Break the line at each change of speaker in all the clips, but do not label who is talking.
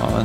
Ja,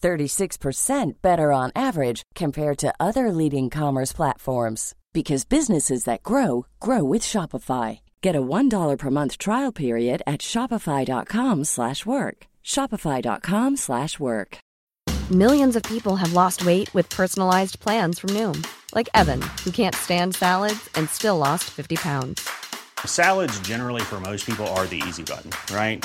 36% better on average compared to other leading commerce platforms because businesses that grow grow with Shopify. Get a $1 per month trial period at shopify.com/work. slash work. shopify.com/work. slash work.
Millions of people have lost weight with personalized plans from Noom, like Evan, who can't stand salads and still lost 50 pounds.
Salads, generally, for most people, are the easy button, right?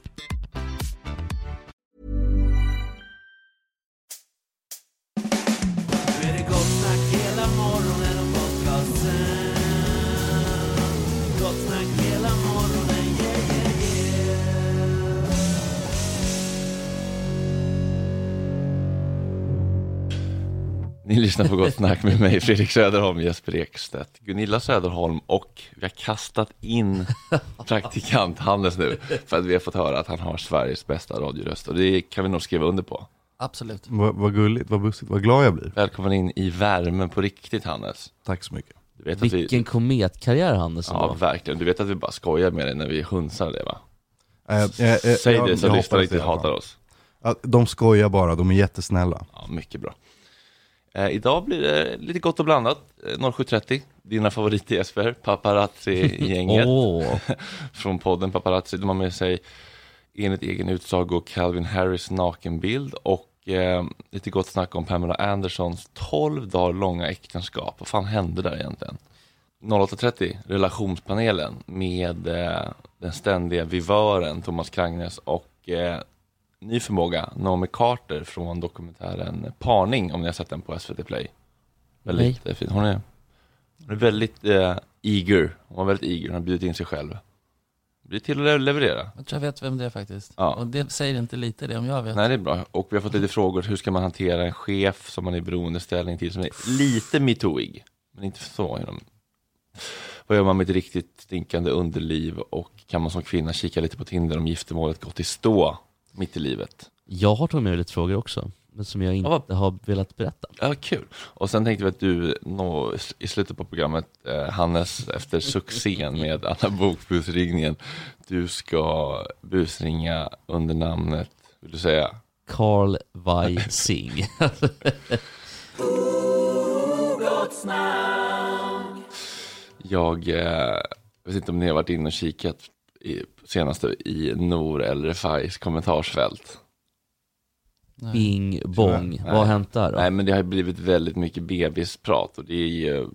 Ni lyssnar på Gott Snack med mig, Fredrik Söderholm, Jesper Ekstedt, Gunilla Söderholm och vi har kastat in praktikant Hannes nu för att vi har fått höra att han har Sveriges bästa radioröst och det kan vi nog skriva under på.
Absolut.
Vad, vad gulligt, vad bussigt, vad glad jag blir.
Välkommen in i värmen på riktigt Hannes.
Tack så mycket.
Du vet att
Vilken
vi,
kometkarriär Hannes
ja,
ändå.
verkligen. Du vet att vi bara skojar med dig när vi hunsar det va?
Eh, eh, eh,
Säg
jag-
det så
jag
lyssnarna
hoppas
inte
det.
hatar oss.
Ja, De skojar bara, de är jättesnälla.
Ja, mycket bra. Eh, idag blir det lite gott och blandat. Eh, 07.30, dina favoriter Jesper, paparazzi-gänget
Åh,
från podden Paparazzi. De har med sig enligt egen utsago Calvin Harris nakenbild och eh, lite gott snack om Pamela Andersons 12 dagar långa äktenskap. Vad fan hände där egentligen? 08.30, relationspanelen med eh, den ständiga vivören Thomas Krangnes och eh, ny förmåga Naomi Carter från dokumentären Parning, om ni har sett den på SVT Play. Väldigt eh, fin. Hon är, hon är väldigt eh, eager. Hon var väldigt eager, hon har bjudit in sig själv. Blir till att le- leverera.
Jag tror jag vet vem det är faktiskt.
Ja.
Och det säger inte lite det om jag vet.
Nej, det är bra. Och vi har fått lite frågor. Hur ska man hantera en chef som man är i beroendeställning till, som är lite metooig, men inte så. Genom. Vad gör man med ett riktigt stinkande underliv och kan man som kvinna kika lite på Tinder om giftermålet gått i stå mitt i livet?
jag har tagit med mig lite frågor också, men som jag
Ja,
inte har velat berätta.
Ja, kul. Och sen tänkte vi att du nå, i slutet på programmet, eh, Hannes, efter succén med alla bokbusringningen, du ska busringa under namnet, vill du säga?
Carl Weising.
Jag eh, vet inte om ni har varit inne och kikat i, senaste i Nor eller Refais kommentarsfält.
Bing bong. Vad har hänt där då?
Nej, men det har ju blivit väldigt mycket bebisprat och det är ju...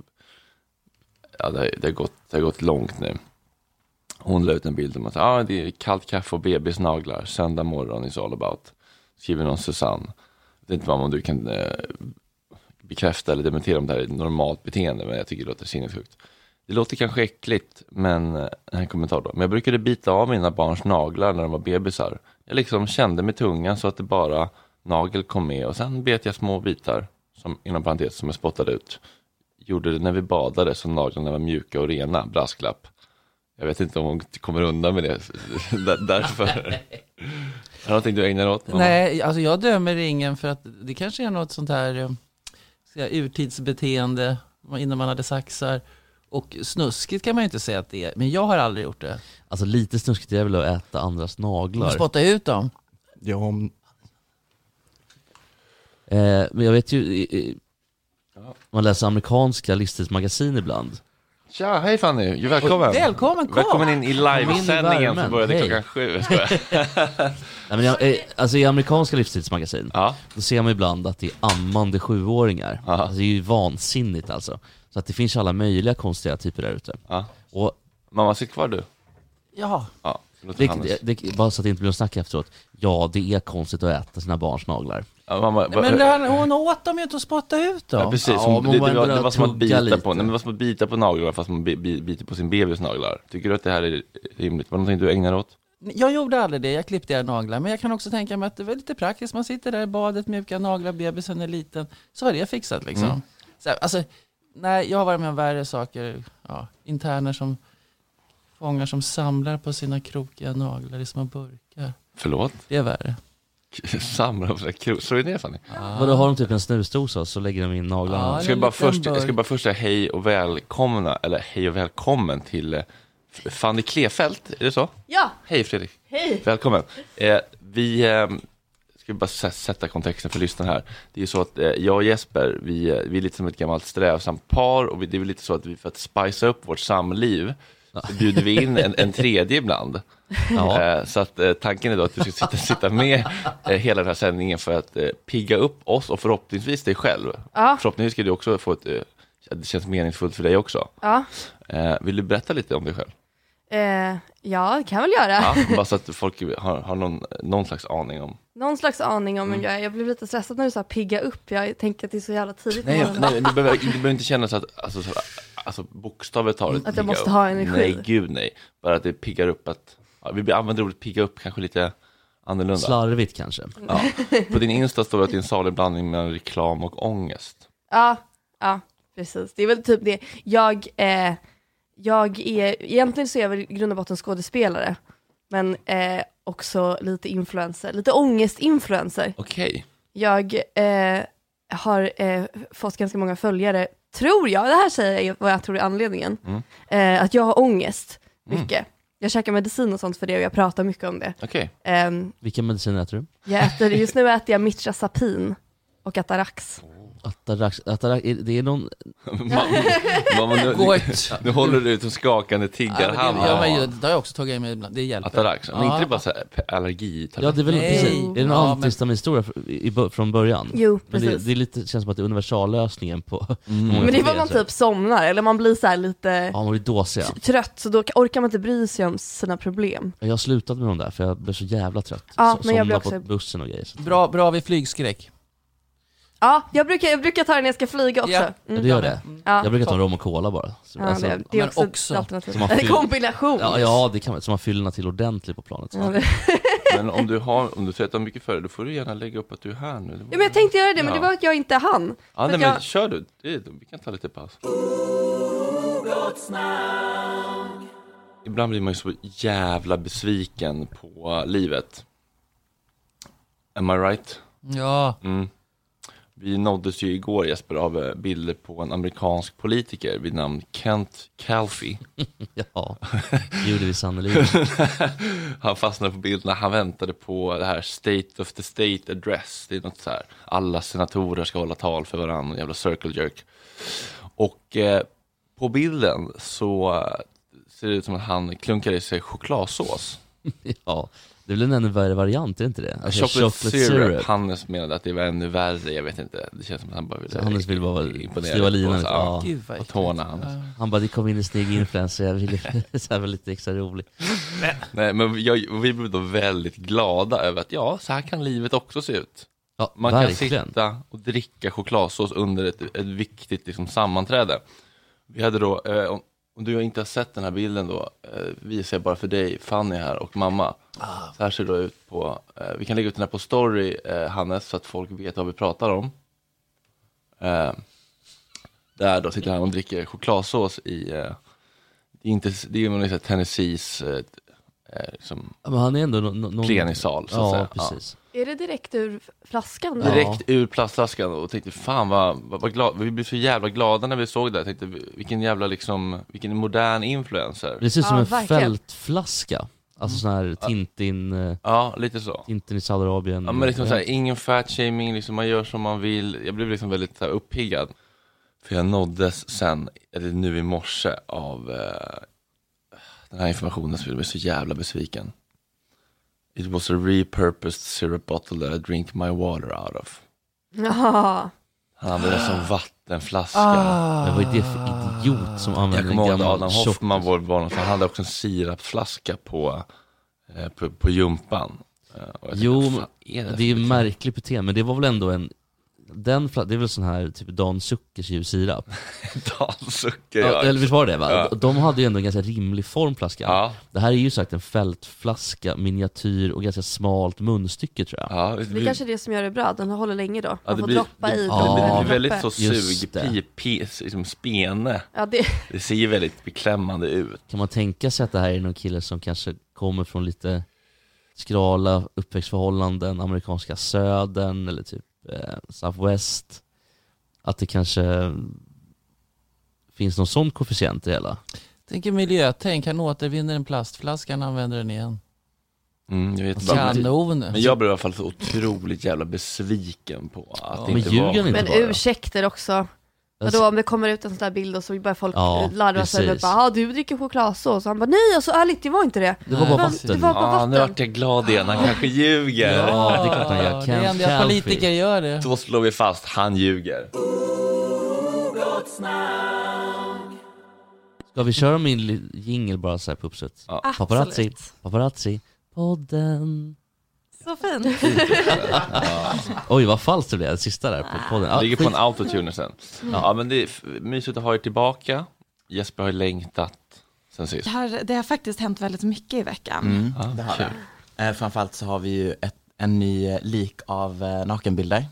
Ja, det har, det har, gått, det har gått långt nu. Hon la ut en bild om att ah, det är kallt kaffe och bebisnaglar, söndag morgon is all about. Skriver någon Susanne. Jag vet inte mamma, om du kan eh, bekräfta eller dementera om det här är ett normalt beteende, men jag tycker det låter sinnessjukt. Det låter kanske äckligt, men eh, här är en kommentar då. Men jag brukade bita av mina barns naglar när de var bebisar. Jag liksom kände med tungan så att det bara nagel kom med och sen bet jag små bitar, som, inom parentes, som jag spottade ut. Gjorde det när vi badade så naglarna var mjuka och rena, brasklapp. Jag vet inte om hon kommer undan med det, där- därför. Är det någonting du ägnar åt?
Nej, alltså jag dömer ingen för att det kanske är något sånt här eh, ska jag, säga, urtidsbeteende innan man hade saxar. Och snuskigt kan man ju inte säga att det är, men jag har aldrig gjort det.
Alltså lite snuskigt är väl att äta andras naglar.
Man spottar ut dem.
Ja, om,
Eh, men jag vet ju, eh, eh, man läser amerikanska livsstilsmagasin ibland.
Tja, hej Fanny, välkommen.
Välkommen, kom.
Välkommen in i
Kom in i
livesändningen
värmen,
som började
hej.
klockan sju. Jag skojar.
Nej, men jag, eh, alltså i amerikanska livsstilsmagasin,
Ja.
då ser man ibland att det är ammande sjuåringar. Alltså, det är ju vansinnigt alltså. Så att det finns alla möjliga konstiga typer där ute.
Ja.
Och
Mamma, sitt kvar du.
Ja,
Ja, förlåt,
det,
Hannes.
det, det, bara så att det inte blir något snack efteråt, ja det är konstigt att äta sina barns naglar.
Ja, mamma, vad-
men det här, hon åt dem ju inte och spottade ut dem.
Ja, precis,
Ja,
som,
men
det,
man
det, var,
börjar
det var som att
tugga
bita
lite.
på, nej, men det var som att bita på naglar fast man bi, bi, biter på sin bebis naglar. Tycker du att det här är rimligt? Var det någonting du ägnar åt?
Jag gjorde aldrig det, jag klippte era naglar. Men jag kan också tänka mig att det var lite praktiskt. Man sitter där i badet, mjuka naglar, bebisen är liten. Så var det fixat liksom.
Mm.
Så, här, alltså, nej, jag har varit med om värre saker. Ja, interner som fångar som samlar på sina krokiga naglar i små burkar.
Förlåt?
Det är värre.
Samla på sina krok. Slå dig ner Fanny.
Vadå, har de typ en snusdosa så lägger de in naglarna?
Ja,
Ska
en
jag, bara
liten
först, jag ska bara först säga hej och välkomna, eller hej och välkommen till eh, Fanny Klefelt, är det så?
Ja,
Hej Fredrik.
hej!
Välkommen. Eh, vi eh, ska bara sä- sätta kontexten för lyssnarna här. Det är ju så att eh, jag och Jesper, vi, eh, vi är lite som ett gammalt strävsamt par och vi, det är väl lite så att vi för att spicea upp vårt samliv så bjuder vi in en, en tredje ibland. Eh, så att eh, tanken är då att du ska sitta, sitta med eh, hela den här sändningen för att eh, pigga upp oss och förhoppningsvis dig själv.
Ja.
Förhoppningsvis ska du också få ett, eh, att det känns meningsfullt för dig också.
Ja,
Eh, vill du berätta lite om dig själv?
eh, ja det kan jag väl göra.
Ja, bara så att folk har, har någon, någon slags aning om
Någon slags aning
Mm.
om vem jag är. Jag blev lite stressad när du sa pigga upp. Jag tänker att det är så jävla tidigt på
Nej, jag,
morgonen.
nej du, behöver, du behöver inte känna så att alltså, så, alltså, bokstavligt talet
Att jag
pigga
måste
upp.
ha energi.
Nej, gud nej. Bara att det piggar upp att, ja, vi använder ordet pigga upp kanske lite annorlunda.
Slarvigt kanske.
Ja. På din Insta står det att det är en salig blandning mellan reklam och ångest.
Ja, ja, precis. Det är väl typ det. Jag, eh, jag är, egentligen så är jag väl i grund och botten skådespelare. Men eh, också lite influencer, lite ångestinfluencer.
Okej,
Jag eh, har eh, fått ganska många följare, tror jag, det här säger jag vad jag tror är anledningen, eh, att jag har ångest
Mm.
mycket. Jag käkar medicin och sånt för det och jag pratar mycket om det.
Okej.
Ehm,
Vilken medicin äter du?
jag äter, just nu äter jag Mitrazapin och Atarax.
Atarax, Atarax, är- det är någon...
Mamma, nu,
Gott.
nu håller du ut en skakande tiggarhand.
Ja, men ju- det har jag också tagit i mig ibland, det hjälper.
Atarax,
Ja.
men inte det bara så här pe- allergitabletter?
Ja det är väl
Nej.
precis, är det någon
Ja, men-
antihistaminhistoria fr- i, bo- från början?
Jo,
Men det,
precis.
det är lite, känns som att det är universallösningen på... Mm.
Men det är vad man typ somnar, eller man blir så här lite
Ja man blir dåsig ja.
trött, så då orkar man inte bry sig om sina problem.
Jag har slutat med de där för jag blev så jävla trött.
Ja,
So-
men jag
somnade
blir
på
också- Mm.
bussen och grejer. Så.
Bra, bra vid flygskräck.
Ja, jag brukar, jag brukar ta det när jag ska flyga också.
Ja.
Ja,
Mm.
du gör det?
Ja.
Jag brukar ta rom och cola bara. Så,
Ja,
alltså,
det, det
men
är också,
också-
ett alternativ.
som man
En
fyll-
kombination.
ja, ja det kan man, så man fyller till ordentligt på planet. Så.
Ja, det-
Men om du, har, om du trättar mycket för det, då får du gärna lägga upp att du är här nu.
Ja, men jag tänkte göra det, men
Ja.
det var att jag inte hann.
ja,
att
nej, men
jag-
kör du, det, vi kan ta lite paus. Ibland blir man ju så jävla besviken på livet. Am I right?
Ja,
Mm. Vi nåddes ju igår Jesper av eh, bilder på en amerikansk politiker vid namn Kent Calfee.
Ja, det gjorde vi sannerligen.
Han fastnade på bilden när han väntade på det här State of the State Address. Det är något så här, alla senatorer ska hålla tal för varandra, en jävla circle jerk. Och eh, på bilden så eh, ser det ut som att han klunkar i sig chokladsås.
Ja, det är väl en ännu värre variant, är det inte det? Alltså,
chocolate, syrup. Hannes menade att det var ännu värre, jag vet inte. Det känns som att han bara
Så
ville
Hannes vill bara
imponera
sliva
lite på
linan
oss.
lite.
Ja.
Ja.
gud vad
På
äckligt.
tårna Hannes.
Han bara, det kom in en snygg influencer, jag ville så här, var lite extra rolig.
Nej, men jag, och vi blev då väldigt glada över att ja, så här kan livet också se ut.
Ja,
Man
verkligen.
kan sitta och dricka chokladsås under ett, ett viktigt liksom, sammanträde. Vi hade då, eh, om, om du inte har sett den här bilden då, eh, visar jag bara för dig, Fanny här och mamma. Så här ser det då ut på, eh, vi kan lägga ut den här på story, eh, Hannes, så att folk vet vad vi pratar om. Eh, där då sitter han och dricker chokladsås i, eh, det är, inte, det är ju Tennessees eh, eh, liksom,
Ja, Men han är ändå no- no- någon...
plenisal, så att
ja,
säga. Ja.
Precis.
Är det direkt ur flaskan?
Ja.
Direkt ur plastflaskan och tänkte fan vad, vad, vad glad, vi blev så jävla glada när vi såg det. Jag tänkte vilken jävla liksom, vilken modern influencer.
Det ser ut som
Ja,
en
verkligen.
fältflaska. Alltså sån här Tintin, eh,
Mm. Ja, lite så.
Tintin i Saudiarabien.
Ja men liksom såhär, ingen fatshaming, liksom man gör som man vill. Jag blev liksom väldigt så här, uppiggad. För jag nåddes sen, eller nu i morse, av eh, den här informationen som gjorde mig så jävla besviken. It was a repurposed syrup bottle that I drink my water out of.
Ja.
Han använde det som vattenflaska.
Men vad är det för idiot som
Jag
använder en
kommer ihåg när
gammal
Adam
tjock...
Hoffman, vår barndomsvän, han hade också en sirapsflaska på, eh, på, på gympan. Eh, och jag
Jo,
tänkte,
men
"Fan, är det,
Det är ju
för- typ?
märkligt beteende, men det var väl ändå en... Den, fla- det är väl sån här typ Dan Zuckers ljussirap?
Dansucker,
Ja,
ja.
eller visst var det det va?
Ja.
De hade ju ändå en ganska rimlig form flaskan.
Ja,
Det här är ju sagt en fältflaska, miniatyr och ganska smalt munstycke tror jag.
ja,
Det är kanske är det som gör det bra, att den håller länge då. Man
Ja, det
får
blir,
droppa
det,
i.
Ja,
droppa i,
det
droppa
blir väldigt
i.
så
Just
sug,
det.
pi, pi, liksom spene.
Ja, det,
Det ser ju väldigt beklämmande ut.
Kan man tänka sig att det här är någon kille som kanske kommer från lite skrala uppväxtförhållanden, amerikanska södern eller typ eh, Southwest? Att det kanske finns någon sån koefficient i det hela?
Tänk er miljötänk, han återvinner en plastflaska, han använder den igen.
Mm, jag vet inte. vad-
Kanon!
Men jag blev i alla fall så otroligt jävla besviken på att det
Men
inte
ljuger
var...
ni inte
men
bara? Alltså-
ursäkter också. Vadå, om det kommer ut en sån där bild och så börjar folk
Ja,
ja, ladda sig och
precis.
bara ah, du dricker chokladsås. Och han bara nej, alltså ärligt, det var inte det.
Det var bara
Men
vatten.
Det var bara
Ah, nu
vatten.
vart jag glad igen, han kanske ljuger.
Ja, det är klart han gör.
det är
Ken
ändå att
Calfee.
politiker gör det.
Då slår vi fast, han ljuger.
Ska vi köra min li- jingle bara så här på uppsats?
Ja.
Paparazzi, paparazzi, podden.
Så fint.
Oj vad falskt det blev, det sista där på podden. Ja,
Det ligger på
skit.
en autotuner sen. Ja, men det är f- mysigt att ha er tillbaka. Jesper har ju längtat sen sist.
Det har, det har faktiskt hänt väldigt mycket i veckan.
Mm,
Ja,
det har
kul.
vi. Eh, framförallt så har vi ju ett, en ny eh, lik av eh, nakenbilder.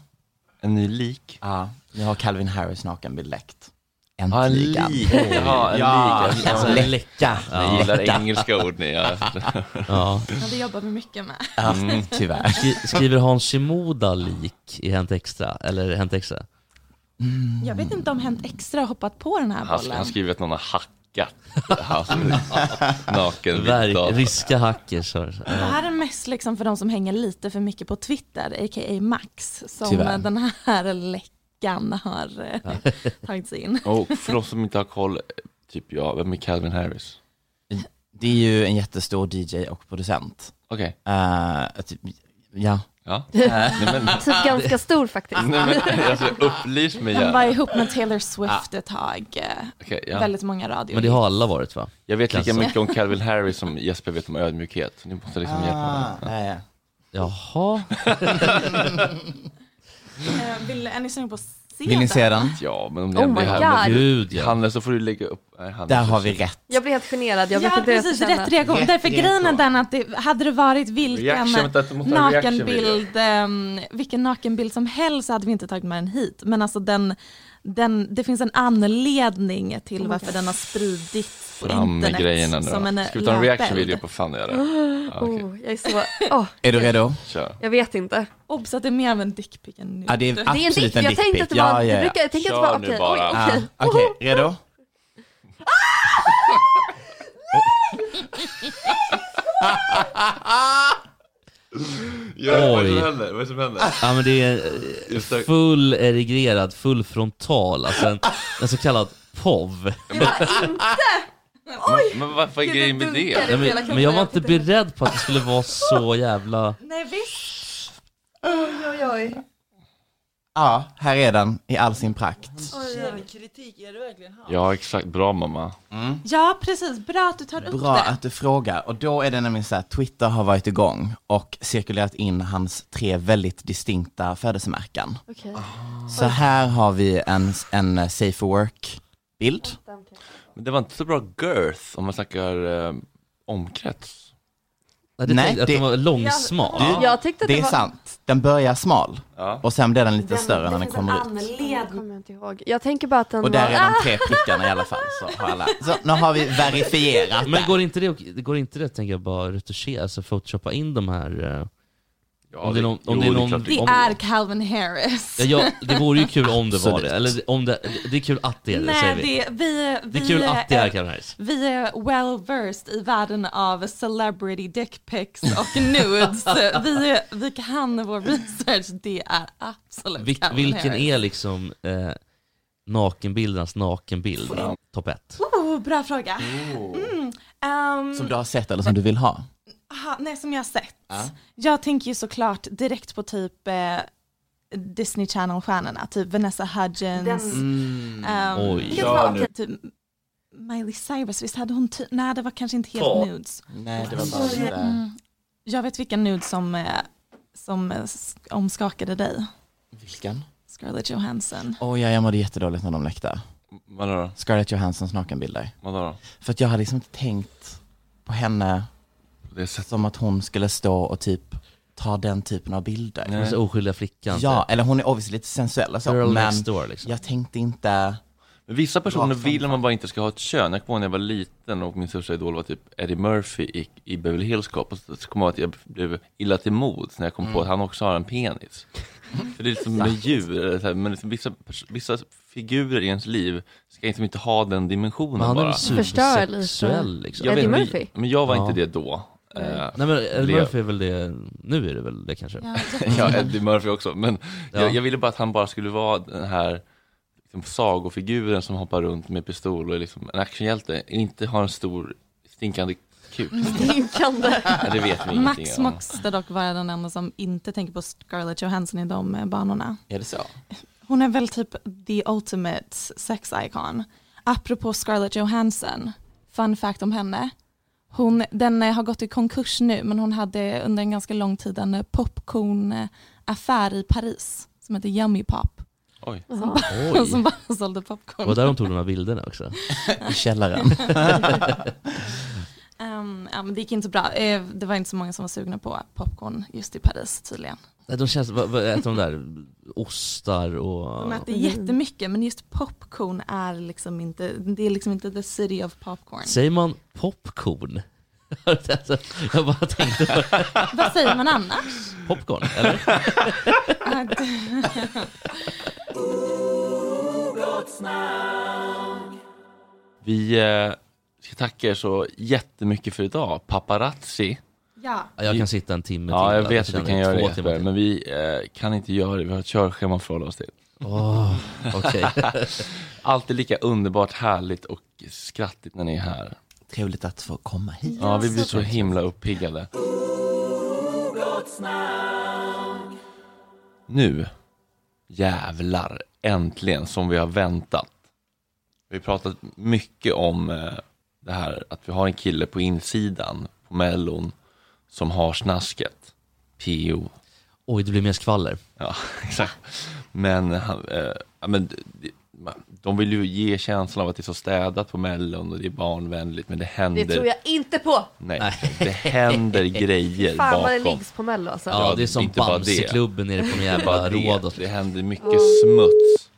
En ny lik.
Ja, nu har Calvin Harris nakenbild läckt. en
Ja, en
tiga.
liga. Ja, en liga.
Alltså
Ja.
läcka.
Ja. Ni gillar engelska ord, ni, ja.
ja.
Ja, det jobbar vi mycket med.
Mm, tyvärr.
Skri- Skriver Hans Shimoda lik i Hänt Extra? Eller Hänt Extra?
Mm. Jag vet inte om Hänt Extra har hoppat på den här
Han,
bollen.
han skriver att någon har hackat hans naken
Verk, ryska hackers. har-
Det
Ja.
här är mest liksom för de som hänger lite för mycket på Twitter, a.k.a. Max, som
Tyvärr.
den här läckan har eh, tagit sig in.
Och för de som inte har koll, typ jag, vem är Calvin Harris?
Det är ju en jättestor DJ och producent.
Okej.
Eh, typ, ja.
Ja.
Eh,
typ ganska stor faktiskt.
Nej, men, alltså, upplys mig
De
gärna.
var ihop med Taylor Swift ett tag. eh,
Okej, ja.
Väldigt många radio.
alla varit va?
Jag vet lika
Kanske.
mycket om Calvin Harris som Jesper vet om ödmjukhet. Så Ni måste liksom hjälpa mig.
nej.
Jaha.
Eh, Vill, är ni sugna på att se
Vill ni se
den?
den?
Ja, men om
Oh my God.
Gud, ja.
Hannes, så får du lägga upp. Nej, Hannes,
Där har vi rätt.
Jag blir helt generad. Jag vet
ja,
inte hur jag
precis.
ska känna.
Rätt reaktion. Därför
Jättereaktion.
grejen är den att det, hade det varit vilken
Reaction, vänta, du måste ha en
nakenbild, ehm, vilken nakenbild som helst så hade vi inte tagit med den hit. Men alltså den, den, det finns en anledning till
Oh my
varför
God.
den har spridits på
Fram med
internet.
grejerna nu
som
då.
en
Ska vi ta en reaction
löpeld.
video på Fanny eller? Ja, okej.
Oh, jag är så... Åh,
Är du redo?
Kör.
jag vet inte.
Obs att det är mer av en dickpic än nu.
Ja, det är absolut
dick.
en
Jag tänkte
dickpic.
att det var-
Ja, ja,
jag
ja.
brukar- jag tänker att det
Kör
var-
nu
okej,
bara.
oj, okej.
Ja, Okej, redo?
Ja, vad är det
Oj.
som händer? Vad är det som händer?
Ja men det är eh, full erigerad, full frontal, alltså en, en så kallad POV.
Men, men varför är grejen med det?
Nej, men, men jag var inte beredd på att det skulle vara så jävla...
Nej visst. Oj oj oj.
Ja, här är den i all sin prakt.
Kritik, är det verkligen han?
Ja, exakt. Bra mamma.
Ja precis, bra att du tar upp
Mm. Bra
det.
att du frågar. Och då är det nämligen så här, Twitter har varit igång och cirkulerat in hans tre väldigt distinkta födelsemärken. Ah.
Okej.
Så här har vi en, en safe for work-bild.
Men det var inte så bra girth om man snackar eh, omkrets.
Nej, det tänkte jag att den var
långsmal.
Du,
Jag tyckte att
det
det
är
var-
sant. Den börjar smal
Ja.
och sen blir den lite
Den-
större när
det
den
finns en
kommer ut.
Jag
anledning.
kommer jag inte ihåg. Jag tänker bara att den
Och där
var... Ah!
är
"Ah!"
de tre prickarna i alla fall. Så, har alla. så nu har vi verifierat
Men
det.
går inte det, det går inte det tänker jag bara retuschera, alltså photoshoppa in de här... eh,
Ja,
om det är någon...
jo,
Om det, är
det är
någon
klart
Det
om,
är Calvin Harris.
ja, ja, det vore ju kul om det var
Absolut.
det, eller om det... Det är kul att det är det, säger
Nej,
vi.
det, vi, vi,
Det är kul att det är Calvin Harris.
Vi är well versed i världen av celebrity dick pics och nudes. vi, vi kan vår research, det är absolut
Vil,
Calvin
vilken
Harris.
är liksom eh, nakenbildernas nakenbild? Topp ett.
Oh, bra fråga. Mm. ehm,
Som du har sett eller som du vill ha.
aha, nej, som jag har sett.
Ja.
Jag tänker ju såklart direkt på typ eh, Disney Channel-stjärnorna, typ Vanessa Hudgens. ehm,
Oj.
vilket var okej, typ Miley Cyrus, visst hade hon ty- Nej, det var kanske inte helt
Ja.
nudes.
Nej, det var bara sådär.
Mm. Jag vet vilken nude som, eh, som eh, s- omskakade dig,
Vilken?
Scarlett Johansson.
Oj, ja, jag mådde jättedåligt när de läckte.
Vadå då?
Scarlett Johanssons nakenbilder.
Vadå då?
För att jag hade liksom inte tänkt på henne
Det är sätt...
som att hon skulle stå och typ ta den typen av bilder.
Den så oskyldiga flickan. typ.
Ja, eller hon är obviously lite sensuell och så,
Girl
men
next door liksom.
jag tänkte inte...
Men vissa personer
Rakt fram.
vill man bara inte ska ha ett kön. Jag kommer ihåg när jag var liten och min största idol var typ Eddie Murphy i, i Beverly Hills Cop. Och så kommer jag ihåg att jag blev illa till mods när jag
Mm.
kom på att han också har en penis. För det är liksom med djur, eller så här, men liksom vissa, pers- vissa figurer i ens liv ska liksom inte ha den dimensionen
Men han är
bara.
väl
Förstör lite.
supersexuell liksom.
Jag
Eddie
vet, men-
Murphy?
Men jag var
Ja.
inte det då.
Nej.
Eh,
Nej men Eddie
Leo.
Murphy är väl det, nu är det väl det kanske?
Ja,
ja, Eddie Murphy också. Men
Ja.
jag, jag ville bara att han bara skulle vara den här liksom, sagofiguren som hoppar runt med pistol och är liksom en actionhjälte. Inte ha en stor stinkande kuk.
Stinkande.
Ja, Mm. det vet vi ingenting
Max
om.
måste dock vara den enda som inte tänker på Scarlett Johansson i de eh, banorna.
Är det så?
Hon är väl typ the ultimate sex icon. Apropå Scarlett Johansson, fun fact om henne. Hon, den eh, har gått i konkurs nu men hon hade under en ganska lång tid en eh, popcornaffär i Paris som heter Yummy Pop.
Oj.
Oj.
Som bara sålde popcorn.
Det var där de tog de här bilderna också.
I källaren.
Ehm, ja, men det gick inte så bra. Eh, det var inte så många som var sugna på popcorn just i Paris tydligen.
Nej, de känns, vad, vad äter de där? Ostar och...
De äter jättemycket men just popcorn är liksom inte, det är liksom inte the city of popcorn.
Säger man popcorn? Alltså, jag bara tänkte på
Vad säger man annars?
popcorn, eller?
Att-
Vi eh, ska tacka er så jättemycket för idag. Paparazzi.
Ja.
Ja, jag kan sitta en timme
Ja,
till.
jag
Jag
vet att vi
känner
kan göra
två
det
timmar
Jesper,
till.
men vi eh, kan inte göra det. Vi har ett körschema att förhålla oss till.
Åh, okej.
Alltid lika underbart härligt och skrattigt när ni är här. Trevligt att få komma hit. Ja, vi blir så himla uppiggade. Nu, jävlar, äntligen som vi har väntat. Vi har pratat mycket om eh, det här att vi har en kille på insidan på Mellon som har snasket. PO.
Oj, det blir mer skvaller.
Ja, exakt. Men, han, eh, ja, men d- d- man- de vill ju ge känslan av att det är så städat på Mellon och det är barnvänligt, men det händer.
Det tror jag inte på!
Nej, det händer grejer
Fan vad det
bakom.
liggs på mello alltså.
Ja, det är som
inte bara
Bamseklubben nere på de
Det är
jävla
bara det.
Rhodos.
Det händer mycket smuts.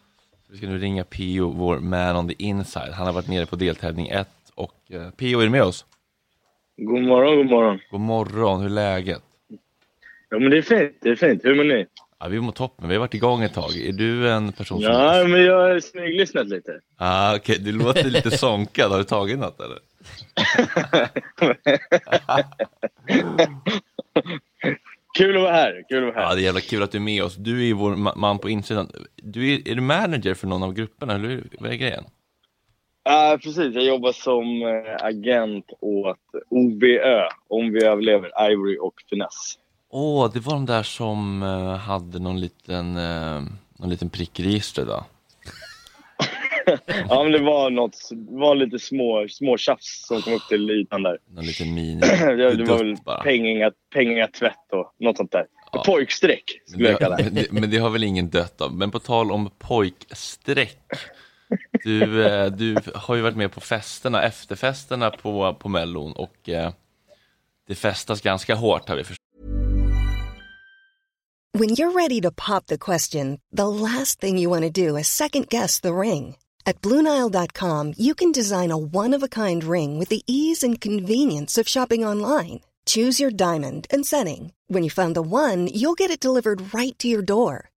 Vi ska nu ringa PO, vår man on the inside. Han har varit nere på deltävling 1 och eh, PO, är du med oss?
God morgon, god morgon.
God morgon, hur är läget?
Ja, men det är fint. Det är fint. Hur mår ni?
Ja, vi mår toppen, vi har varit igång ett tag. Är du en person som...
Ja, men jag har smyglyssnat lite.
Ah, Okej, du låter lite sonkad. Har du tagit något eller?
Kul att vara här. Kul att vara
här. Ja, det är jävla kul att du är med oss. Du är ju vår ma- man på insidan. Du är, är du manager för någon av grupperna? Eller hur- vad är grejen?
Ja, precis. Jag jobbar som eh, agent åt OBÖ, Om vi överlever, Ivory och Finess.
Åh, det var de där som eh, hade någon liten, uh, någon liten prick i registret va?
Ja, men det var något, det var lite små, små tjafs som kom upp till ytan där.
Någon liten mini...
Det, det var väl
dutt bara.
pengar, pengar, tvätt och något sånt där. Pojkstreck
Men
skulle jag kalla
det,
det.
det, men det har väl ingen dött av. Men på tal om pojkstreck. Du, eh, du har ju varit med på festerna, efterfesterna på, på Mellon och eh, det festas ganska hårt har vi förstått.
When you're ready to pop the question, the last thing you want to do is second guess the ring. At Bluenile.com, you can design a one of a kind ring with the ease and convenience of shopping online. Choose your diamond and setting. When you find the one, you'll get it delivered right to your door.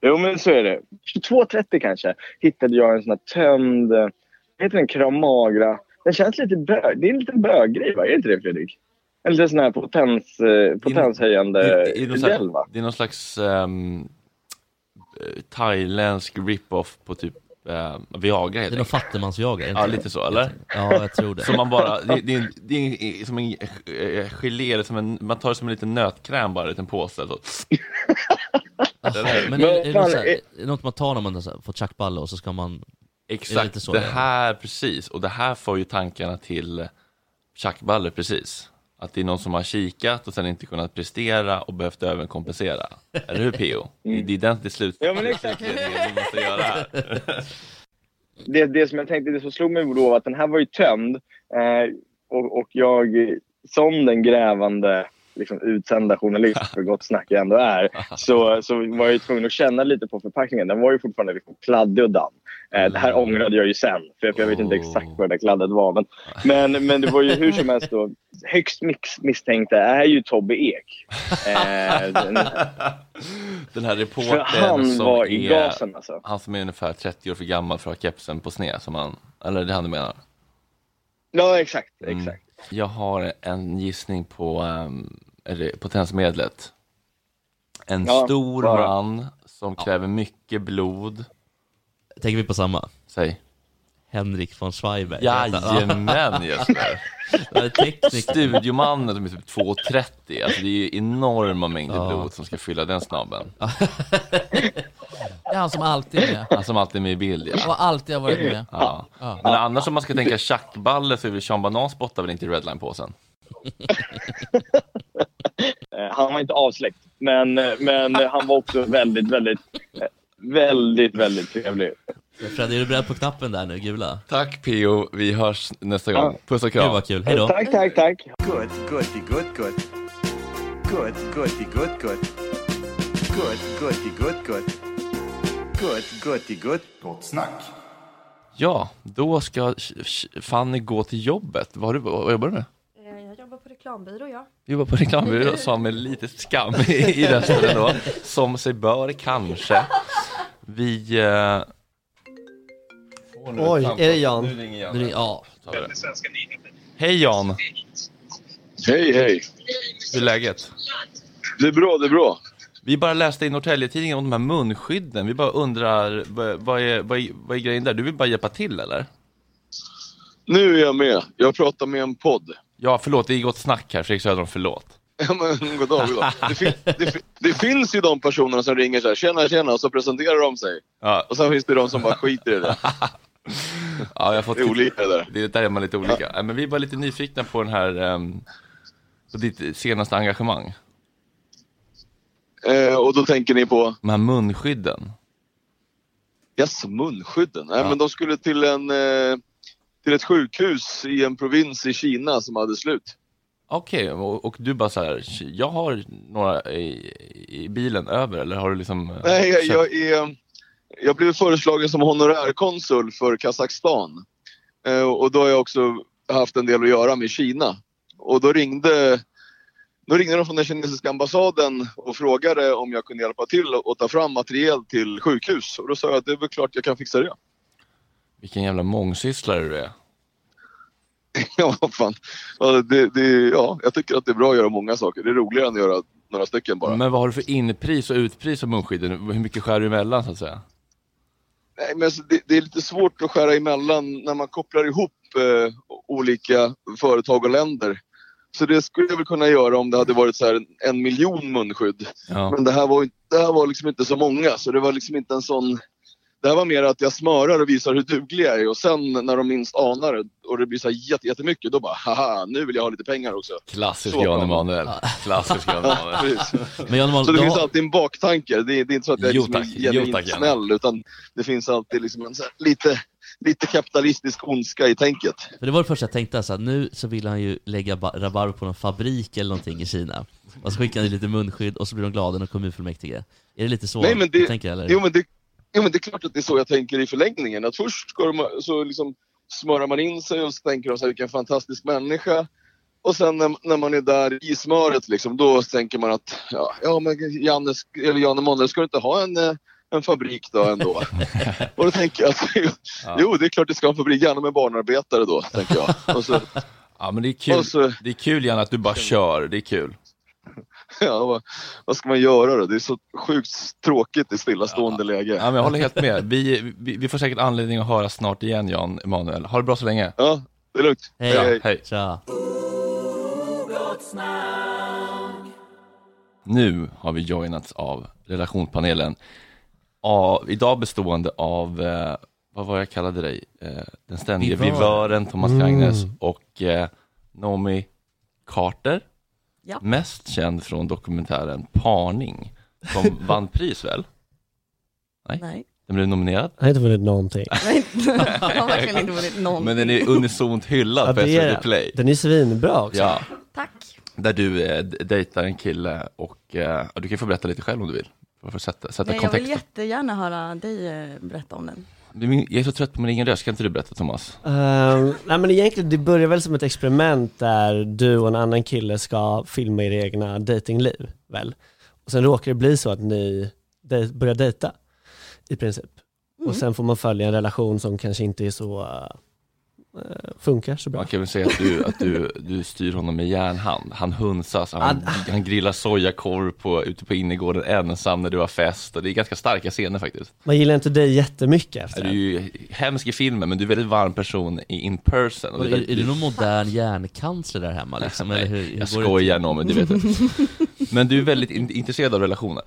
Jo, men så är det. 22.30 kanske hittade jag en sån här tömd... eh, heter den? Kramagra. Den känns lite bög. Det är en liten böggrej, va? Är det inte det, Fredrik? En liten sån här potens, eh, potenshöjande
det, är någon
gel, va?
slags, det är någon slags ehm, eh, thailändsk rip-off på typ eh, Viagra
Det är
helt
någon
enkelt.
fattigmansjagare. är det
Ja,
inte?
lite så, eller?
Ja, jag tror det.
Som man bara, det, det, är- det är som en eh, gelé, eller som en, man tar det som en liten nötkräm bara, en liten påse. Så. Den här-
Alltså, Men är, är, det något, så
eh,
här, är det något man tar när man har så här, får tjackballe och så ska man... Är det, lite
Exakt,
så,
det
eller?
här precis. Och det här får ju tankarna till tjackballer precis. Att det är någon som har kikat och sen inte kunnat prestera och behövt överkompensera. Eller hur P.O.? Det- Det är den till slut.
Ja, men exakt.
vi måste göra här.
det, det som jag tänkte, det som slog mig då var att den här var ju tömd. Eh, och, och jag eh, som den grävande liksom, utsända journalist för Gott Snack jag ändå är så, så var jag ju tvungen att känna lite på förpackningen. Den var ju fortfarande liksom kladdig och damm. Eh, det här
Mm.
ångrade jag ju sen, för jag, för jag vet inte exakt
Oh.
vad det där kladdet var. Men, men, men det var ju hur som helst då. Högst mix, misstänkta är ju Tobbe Ek. Eh, den,
Den här
För
reportern
han
som
var
är,
i gasen, alltså.
Han som är ungefär 30 år för gammal för att ha kepsen på sned som han, eller det är han du menar?
ja, exakt.
Mm. Jag har en gissning på um, potensmedlet. En
Ja,
stor
bara.
man som kräver mycket blod.
Tänker vi på samma?
Säg.
Henrik von Schreiber.
Jajamän Jesper! Studiomannen som är typ 2,30. Alltså det är ju enorma mängder
Ja.
blod som ska fylla den snabben.
Det är han som alltid är med.
Han som alltid är med i bild ja.
Och alltid har varit med.
Ja.
Ja.
Men annars om man ska tänka tjackballe så är väl Sean Banan spottar väl inte i Redline-påsen?
Eh, Han var inte avsläckt, men, eh, men han var också väldigt, väldigt, eh, väldigt, väldigt trevlig.
Fred, är du beredd på knappen där nu, gula?
Tack Pio, vi hörs nästa gång.
Ja.
Puss och kram.
Gud, vad kul. Hej då.
Tack, tack, tack.
Good, goody, good, good. Good, goody, good, good. Good, goody, good, good. Good, goody, good. Gott snack.
Ja, då ska Sh- Sh- Fanny gå till jobbet. Vad, har du, vad jobbar du med?
Jag jobbar på reklambyrå, ja.
Du jobbar på reklambyrå som är lite skam i, i rösten ändå. Som sig bör kanske. Vi... Eh...
Oj, är det Jan?
Nu ringer Jan.
Nu ringer-
ja. tar vi det. Hej Jan!
Hej, hej!
Hur är läget?
Det är bra, det är bra.
Vi bara läste i Norrtäljetidningen om de här munskydden. Vi bara undrar, vad- vad är, vad, är, vad är grejen där? Du vill bara hjälpa till eller?
Nu är jag med. Jag pratar med en podd.
Ja, förlåt, det är gott snack här. Fredrik Söderholm, förlåt.
Ja, men god dag, god dag. Det, fin- det, fin- det finns ju de personerna som ringer så här, tjena, tjena, och så presenterar de sig.
Ja.
Och sen finns det de som bara skiter i det.
Ja, jag har fått
Det är olika det där.
Det där är man lite olika. Nej, Men vi var lite nyfikna på den här, ehm, på ditt senaste engagemang.
Eh, och då tänker ni på?
De här munskydden.
Jaså, munskydden? Nej,
Ja.
men de skulle till, en, eh, till ett sjukhus i en provins i Kina som hade slut.
Okej, och, och du bara så här, jag har några i, i bilen över, eller har du liksom... eh,
Nej, jag,
köpt-
jag, är, jag blev föreslagen som honorärkonsul för Kazakstan. Eh, och då har jag också haft en del att göra med Kina. Och då ringde, då ringde de från den kinesiska ambassaden och frågade om jag kunde hjälpa till att ta fram materiel till sjukhus. Och då sa jag att det är väl klart jag kan fixa det.
Vilken jävla mångsysslare du är.
ja, vad fan. Ja, det, det, ja, jag tycker att det är bra att göra många saker. Det är roligare än att göra några stycken bara.
Men vad har du för inpris och utpris av munskydden? Hur mycket skär du emellan så att säga?
Nej, men alltså, det, det är lite svårt att skära emellan när man kopplar ihop eh, olika företag och länder. Så det skulle jag väl kunna göra om det hade varit så här en, en miljon munskydd.
Ja.
Men det här, var, ju- det här var liksom inte så många, så det var liksom inte en sån... Det här var mer att jag smörar och visar hur duglig jag är och sen när de minst anar det och det blir så här jätte- jättemycket, då bara haha, nu vill jag ha lite pengar också.
Klassisk
Så
Jan
bra.
Emanuel. Klassisk Jan
Ja,
Emanuel.
precis.
Men Jan Emanuel,
så det
då-
finns alltid en baktanke. Det är, det är inte så att jag
Jo,
liksom är
tack. Jo,
genuint
tack, Jan.
snäll utan det finns alltid liksom en så här, lite, lite kapitalistisk ondska i tänket.
För det var det första jag tänkte, så här, nu så vill han ju lägga ba- rabarber på någon fabrik eller någonting i Kina. Och så skickar han lite munskydd och så blir de glada när kommunfullmäktige. Är det lite så
Nej, men
du
det,
tänker eller?
jo, men det, jo, men det är klart att det är så jag tänker i förlängningen. Att först går de, så liksom smörar man in sig och så tänker de så här, vilken fantastisk människa. Och sen när, när man är där i smöret liksom, då tänker man att ja, ja men Janne, sk- eller Janne Månne, ska du inte ha en, eh, en fabrik då ändå? och då tänker jag att jo, jo, det är klart det ska ha en fabrik, gärna med barnarbetare då, tänker jag. Och så,
Ja, men det är kul,
Och så-
det är kul Jan att du bara kör. Det är kul.
ja, vad, vad ska man göra då? Det är så sjukt tråkigt i stillastående läge.
Ja, men jag håller helt med. Vi, vi, vi får säkert anledning att höra snart igen Jan Emanuel. Ha det bra så länge.
Ja, det är lugnt.
Hej.
Hej, hej.
hej.
Tja.
Nu har vi joinats av relationspanelen. Av, idag bestående av, eh, vad var jag kallade dig? Eh, den ständige
Vivör.
vivören Thomas
Mm.
Gagnes och eh, Naomi Carter.
Ja.
Mest känd från dokumentären Parning, som vann pris väl? Nej.
Nej.
Den blev nominerad.
Jag har inte vunnit någonting.
Nej, jag har verkligen inte vunnit någonting.
Men den är unisont hyllad
Ja,
på
det är-
SVT Play.
Den är svinbra också.
Ja.
Tack.
Där du eh, d- dejtar en kille och eh, ja, du kan få berätta lite själv om du vill. Bara för att sätta, sätta
Nej, jag vill
kontexten.
jättegärna höra dig eh, berätta om den.
Du, min- Jag är så trött på min egen röst, kan inte du berätta Thomas?
Ehm, nej men egentligen, det börjar väl som ett experiment där du och en annan kille ska filma era egna datingliv väl? Och sen råkar det bli så att ni dej- börjar dejta i princip.
Mm.
Och sen får man följa en relation som kanske inte är så, eh, funkar så bra.
Man kan väl säga att du, att du, du styr honom med järnhand. Han hunsas, han, han grillar sojakorv på, ute på innergården ensam när du har fest. Och det är ganska starka scener faktiskt.
Man gillar inte dig jättemycket efter
Du är ju hemsk i filmen, men du är en väldigt varm person i in person.
Och är- är du någon modern hjärncancer där hemma liksom? Eller hur, hur
Jag
går det
skojar
till?
Noomi, det vet du. Men du är väldigt in- intresserad av relationer.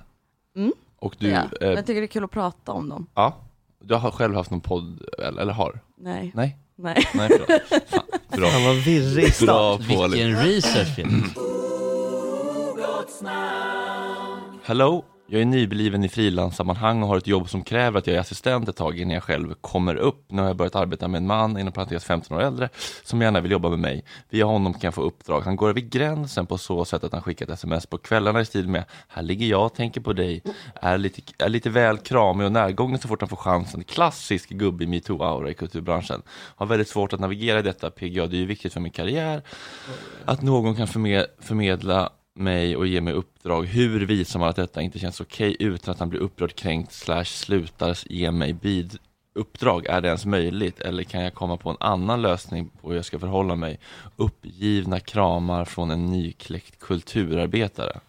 Mm.
Och du,
ja.
eh,
Jag tycker det är kul att prata om dem.
ja, du har själv haft någon podd, eller, eller har?
Nej.
Nej.
Nej.
Nej bra. Fan, bra.
Fan, vad virrig start.
Bra på,
Vilken research, Felix.
Hello, jag är nybliven i frilanssammanhang och har ett jobb som kräver att jag är assistent ett tag innan jag själv kommer upp. Nu har jag börjat arbeta med en man, inom parentes 15 år äldre, som gärna vill jobba med mig. Via honom kan jag få uppdrag. Han går över gränsen på så sätt att han skickar ett sms på kvällarna i stil med “Här ligger jag och tänker på dig”, är lite, är lite väl kramig och närgången så fort han får chansen. Klassisk gubbe i metoo-aura i kulturbranschen. Har väldigt svårt att navigera i detta. PGA, det är ju viktigt för min karriär. Att någon kan förme- förmedla mig och ge mig uppdrag. Hur visar man att detta inte känns okej utan att han blir upprörd, kränkt, slash slutar ge mig bid uppdrag? Är det ens möjligt? Eller kan jag komma på en annan lösning på hur jag ska förhålla mig? Uppgivna kramar från en nykläckt kulturarbetare.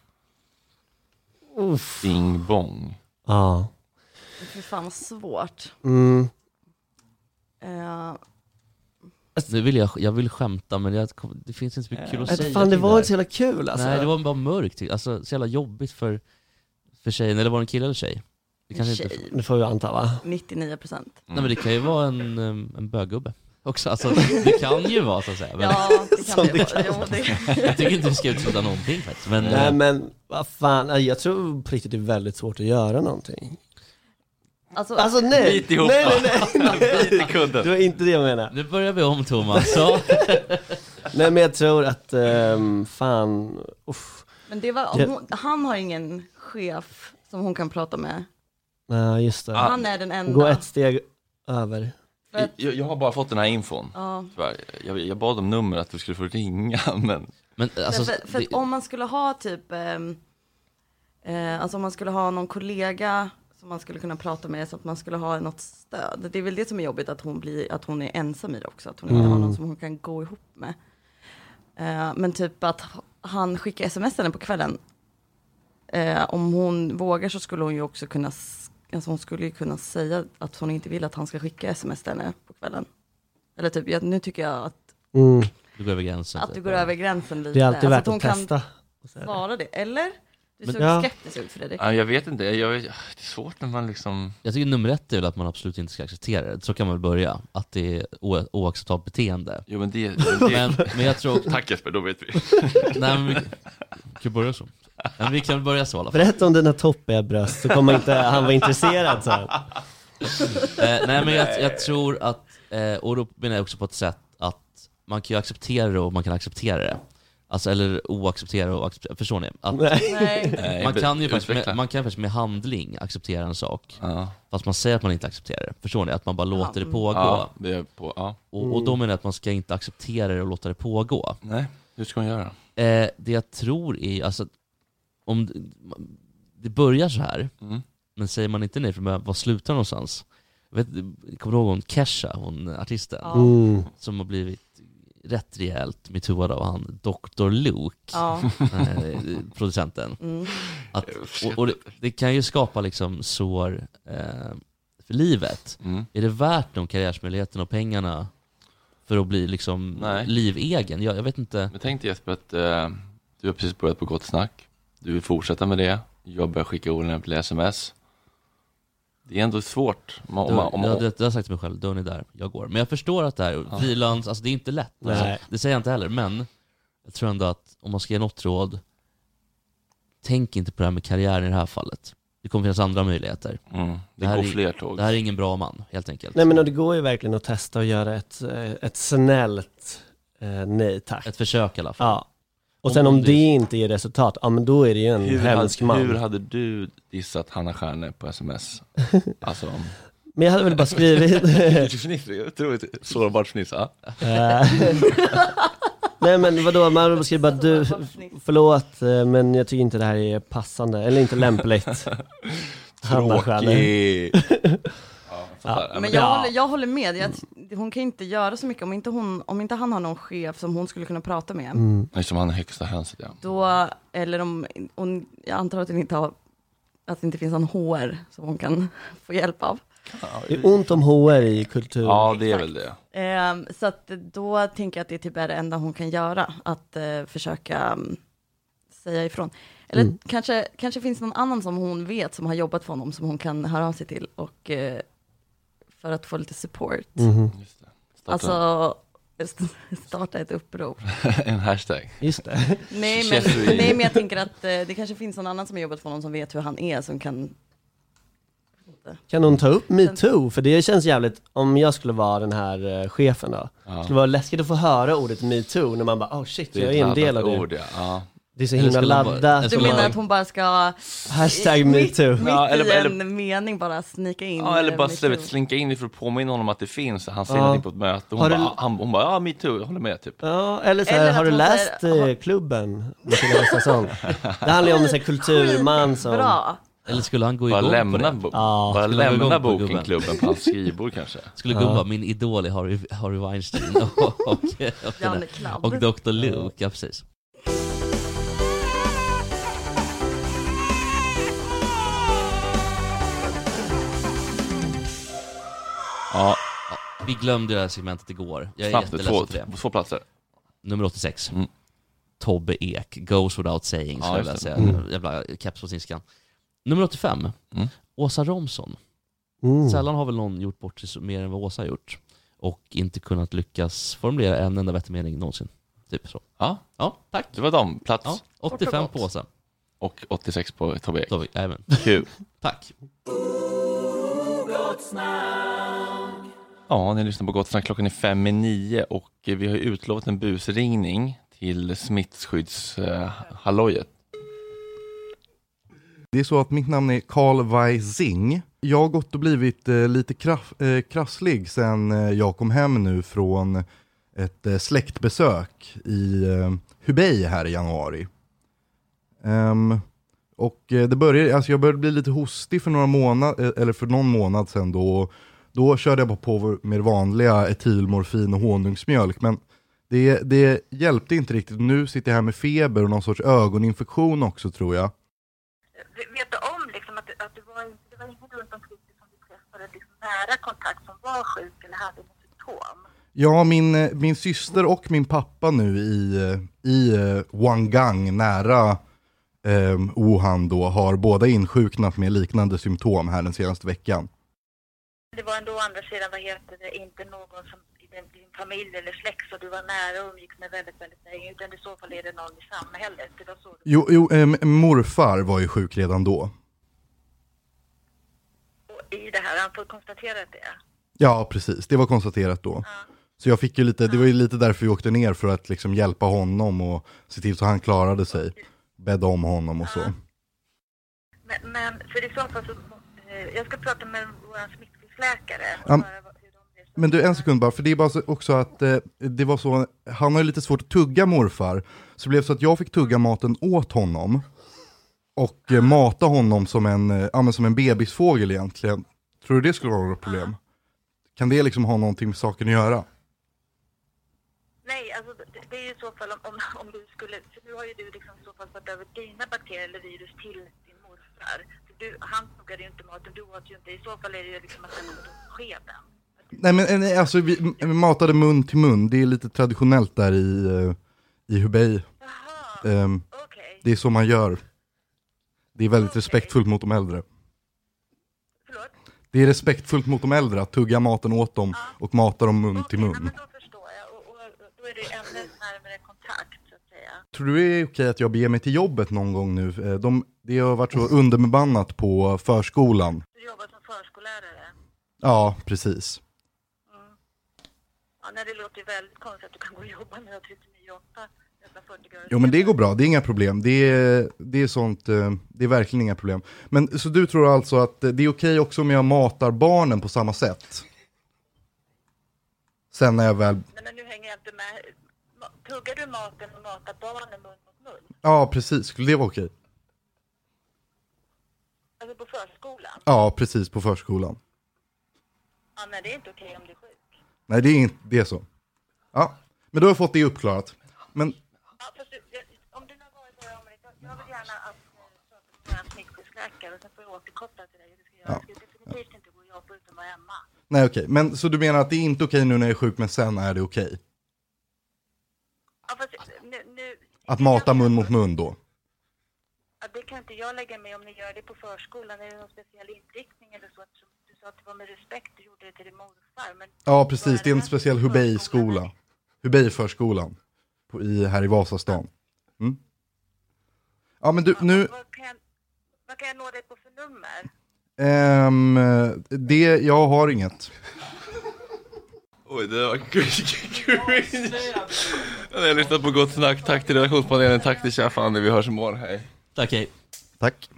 Bing bong.
Ja.
Fy fan vad svårt.
Mm.
Eh,
Alltså, Nu vill jag, jag vill skämta men jag, kom- det finns inte så mycket kul att
Äh,
säga
fan, det
kring
var
här.
inte så jävla kul, alltså.
Nej det var bara mörkt, alltså så jävla jobbigt för, för tjejen, eller var det en kille eller tjej? Det kanske
Tjej.
inte...
Det får vi anta va?
99 procent.
Mm.
Nej men det kan ju vara en, em, en böggubbe också, alltså det kan ju vara så att säga. Men...
Ja, det kan
Som
det
det
vara.
kan
Jo, det-
jag tycker inte du ska utesluta någonting faktiskt. Men, eh,
Nej men vad fan, nej, jag tror på riktigt det är väldigt svårt att göra någonting.
Alltså,
Alltså nej!
Bit ihop,
nej,
va?
nej, nej, nej.
Bit i kudden.
Det var inte det jag menade.
Nu börjar vi om Thomas. Så.
nej men jag tror att, ehm, fan, uff.
Men det var,
Jag-
hon, han har ingen chef som hon kan prata med.
Nej just det.
Han är den enda.
Gå ett steg över.
Jag, jag har bara fått den här infon.
Ja.
Tyvärr. Jag, jag bad om numret att du skulle få ringa, men...
men alltså-
Alltså,
för för, för att om man skulle ha typ, ehm, eh, alltså om man skulle ha någon kollega som man skulle kunna prata med så att man skulle ha något stöd. Det är väl det som är jobbigt att hon, blir, att hon är ensam i det också, att hon inte har
Mm.
någon som hon kan gå ihop med. Eh, men typ att h- han skickar sms henne på kvällen. Eh, om hon vågar så skulle hon ju också kunna, s- alltså hon skulle ju kunna säga att hon inte vill att han ska skicka sms till henne på kvällen. Eller typ, jag, nu tycker jag att
Mm.
Du går över gränsen. typ.
att du går över gränsen lite. Alltså,
Det är alltid värt
hon
att
kan
testa.
Svara det, eller? Du
Men-
såg
Ja.
skeptisk ut Fredrik.
Ja, jag vet inte, jag, det är svårt när man liksom...
Jag tycker nummer ett är väl att man absolut inte ska acceptera det. Så kan man väl börja. Att det är o- oacceptabelt beteende.
Jo men det...
Men, men jag tror...
Tack Jesper, då vet vi.
Nej men vi vi kan börja så. Nej, Men vi kan väl börja så i alla fall.
Berätta om dina toppiga bröst så kommer inte han vara intresserad sen.
eh, nej men jag, jag tror att, eh, och då menar jag också på ett sätt att man kan ju acceptera det och man kan acceptera det. Alltså eller oacceptera och acceptera, förstår ni? Att
Nej.
Nej.
Man kan ju faktiskt
Utveckla.
med, man kan faktiskt med handling acceptera en sak. Fast man säger att man inte accepterar det. Förstår ni? Att man bara låter det
mm.
pågå.
Ja, det är på- ja.
och, och då menar jag att man ska inte acceptera det och låta det pågå.
Nej, hur ska man göra?
Eh, det jag tror är, alltså, om det, det börjar så här,
Mm.
men säger man inte nej från början, var slutar det någonstans? Jag vet, kommer du ihåg hon Kesha, hon artisten?
Ja. Mm.
Som har blivit rätt rejält metooad av han Dr. Luke,
Ja.
eh, producenten.
Mm.
Att, och och det, det kan ju skapa liksom sår eh, för livet.
Mm.
Är det värt de karriärsmöjligheterna och pengarna för att bli liksom
Nej.
livegen? Jag, jag vet inte.
Men tänk dig Jesper att eh, du har precis börjat på Gott Snack. Du vill fortsätta med det. Jag börjar skicka olämpliga sms. Det är ändå svårt. Om, man- om,
Dör-
man- om,
ja,
om,
det, det har jag sagt till mig själv, dörren är där, jag går. Men jag förstår att det här,
Ja.
frilans, alltså det är inte lätt. Alltså,
Nej.
det säger jag inte heller, men jag tror ändå att om man ska ge något råd, tänk inte på det här med karriären i det här fallet. Det kommer finnas andra möjligheter.
Mm, det
här
går
är-
fler tåg.
Det här är ingen bra man, helt enkelt.
Nej men och det går ju verkligen att testa och göra ett, eh, ett snällt eh, nej tack.
Ett försök i alla fall.
Ja. Och sen om det inte ger resultat, ja men då är det ju en
Hur,
hemsk
hade,
man.
hur hade du gissat Hanna Stjärne på sms? Alltså om...
Men jag hade väl bara skrivit...
Fniss, Otroligt sårbart fniss. ja.
Eh, Nej men vadå, man hade bara skrivit bara du, förlåt eh, men jag tycker inte det här är passande, eller inte lämpligt. Hanna Stjärne.
Tråkig.
Ja,
Men jag, håller, jag håller med, jag, hon kan inte göra så mycket om inte, hon, om inte han har någon chef som hon skulle kunna prata med.
Mm. Eftersom han är högsta hönset ja.
Då, eller om, hon, jag antar att hon inte har, att det inte finns någon HR som hon kan få hjälp av.
Det är ont om HR i kultur.
Ja, det är väl det.
Ehm, så att då tänker jag att det typ är det enda hon kan göra, att eh, försöka mm, säga ifrån. Eller
Mm.
kanske, kanske finns någon annan som hon vet som har jobbat för honom som hon kan höra av sig till och eh, för att få lite support.
Mhm.
Mm-hmm.
Just Starta-
Alltså starta ett uppror.
en hashtag.
Just det.
Nej men, nej men jag tänker att eh, det kanske finns någon annan som har jobbat för honom som vet hur han är som kan
Kan hon ta upp metoo? För det känns jävligt, om jag skulle vara den här eh, chefen då,
Ja.
skulle vara läskigt att få höra ordet metoo när man bara oh shit, jag är en del av det.
Ord, ja. ja.
Det är så himla laddat.
Du menar att hon bara ska
Hashtag metoo.
mitt
Ja, eller-
i en
eller-
mening bara snika in
Ja, eller bara
metoo.
släpp, slinka in det för att påminna honom att det finns. Han säger
Ja.
någonting på ett möte och hon,
Har du-
bara, "Ah, han, hon bara, ja metoo, jag håller med typ.
Ja, eller så här, har du läst eh, Klubben? Matilda Gustafsson? Det handlar ju om en sån här kulturman som...
Bra.
Eller skulle han gå
Bara
igång på
lämna,
det?
bo- bara
skulle han gå
lämna
igång på
boken
gubben?
klubben på hans skrivbord kanske.
Skulle
Ja.
gubben bara, min idol är Harry, Harry Weinstein och, och, och,
Janne Klabb.
och Dr. Luke, ja precis.
Ja.
Vi glömde det här segmentet igår. Jag är
Snabbt, två-
jätteledsen för det.
Två platser.
Nummer 86. Tobbe Ek, goes without saying,
Mm. Ja,
skulle jag
just
vilja
det.
säga.
Mm.
Jävla keps på sniskan. Nummer 85. Åsa Romson.
Mm.
Sällan har väl någon gjort bort sig så- mer än vad Åsa har gjort. Och inte kunnat lyckas formulera en enda vettig mening någonsin. Typ så.
Ja,
ja tack.
Det var dem. Plats
Ja, 85 på Åsa.
och 86 på Tobbe Ek.
Tobbe,
Kul.
Tack.
Ja, ni lyssnar på Gott snack. Klockan är fem i nio och eh, vi har ju utlovat en busringning till eh, smittskyddshallojet.
Det är så att mitt namn är Carl Weising. Jag har gått och blivit eh, lite kraff, eh, krasslig sen eh, jag kom hem nu från ett eh, släktbesök i eh, Hubei här i januari. Ehm, och eh, det började, alltså jag började bli lite hostig för, några månad, eh, eller för någon månad sedan då. Då körde jag bara på med det vanliga etylmorfin och honungsmjölk. Men det, det hjälpte inte riktigt. Nu sitter jag här med feber och någon sorts ögoninfektion också tror jag.
Vet du om liksom att, att det, var, inte- det var ingen runt omkring dig som du träffade liksom nära kontakt som var sjuk eller hade något symptom?
Ja, min, eh, min syster och min pappa nu i, eh, i eh, Wangang, nära eh, Wuhan då, har båda insjuknat med liknande symptom här den senaste veckan.
Det var ändå å andra sidan, vad heter det, inte någon som i din, din familj eller släkt som du var nära och umgicks med väldigt, väldigt länge, utan i så fall är det någon i samhället. Det var så.
Jo, jo eh, m- morfar var ju sjuk redan då.
Och i det här, han får konstatera det.
Ja, precis, det var konstaterat då. Så jag fick ju lite, det var ju lite därför vi åkte ner, för att liksom hjälpa honom och se till så han klarade sig. Bädda om honom och så.
Men, men för i så fall så, eh, jag ska prata med vår smittskyddsläkare.
Ja, men du, en sekund bara, för det är bara så, också att eh, det var så, han har ju lite svårt att tugga morfar, så det blev så att jag fick tugga maten åt honom och eh, mata honom som en, eh, ja, men som en bebisfågel egentligen. Tror du det skulle vara något problem? Kan det liksom ha någonting med saken att göra?
Nej, alltså det- det är ju i så fall om, om, om du skulle, för nu har ju du liksom i så fall fört över dina bakterier eller virus till din morfar. För du, han tuggade ju inte maten, du åt ju inte, i så fall är det ju liksom att den kommer upp i skeden.
Nej men eh, nej, alltså vi, m- vi matade mun till mun, det är lite traditionellt där i, eh, i Hubei. Ehm, Det är så man gör. Det är väldigt respektfullt mot de äldre. Det är respektfullt mot de äldre att tugga maten åt dem
Ah.
och mata dem mun till mun.
Då är det ju ännu närmare kontakt så att säga.
Tror du det är okej att jag beger mig till jobbet någon gång nu? Eh, De, det har varit så underbemannat på förskolan.
Du jobbar som förskollärare.
Ja, precis.
Ja, nej, det låter ju väldigt konstigt att du kan gå och jobba när du har 39,8
Jo men det går bra, det är inga problem. Det är, det är sånt, eh, det är verkligen inga problem. Men så du tror alltså att eh, det är okej också om jag matar barnen på samma sätt? Sen när jag väl,
Nej, men nu hänger jag inte med. Ma- Tuggar du maten och matar barnen mun mot mun?
ja precis, skulle det vara okej?
Alltså på förskolan?
Ja precis, på förskolan.
Ja, nej, det är inte okej om du är sjuk.
Nej det är inte, det är så. Ja, men då har jag fått det uppklarat. Men
Ja, fast du, jag- om du har varit här om det, jag- jag vill gärna att eh, prata med en smittskyddsläkare och sen får jag återkoppla till dig hur du ska göra.
Ja.
Det ska definitivt inte gå och jobba utan att vara hemma.
nej okej, men så du menar att det är inte okej nu när jag är sjuk men sen är det okej?
Ja, fast nu, nu,
Att mata mun mot mun då?
ja, det kan inte jag lägga mig om ni gör det på förskolan. Är det någon speciell inriktning eller så? Att, som du sa att det var med respekt du gjorde det till din morfar. Men
Ja, precis. Det är en speciell Hubei-skola. Hubei-förskolan på- i, här i Vasastan. Mm. Ja, men du, nu,
vad kan, jag, vad kan jag nå dig på för nummer?
ehm, det, jag har inget.
Oj, det var cringe. Jag har lyssnat på Gott Snack. Tack till redaktionspanelen. Tack till Chef Andy. Vi hörs imorgon. Hej.
Tack, hej.
Tack.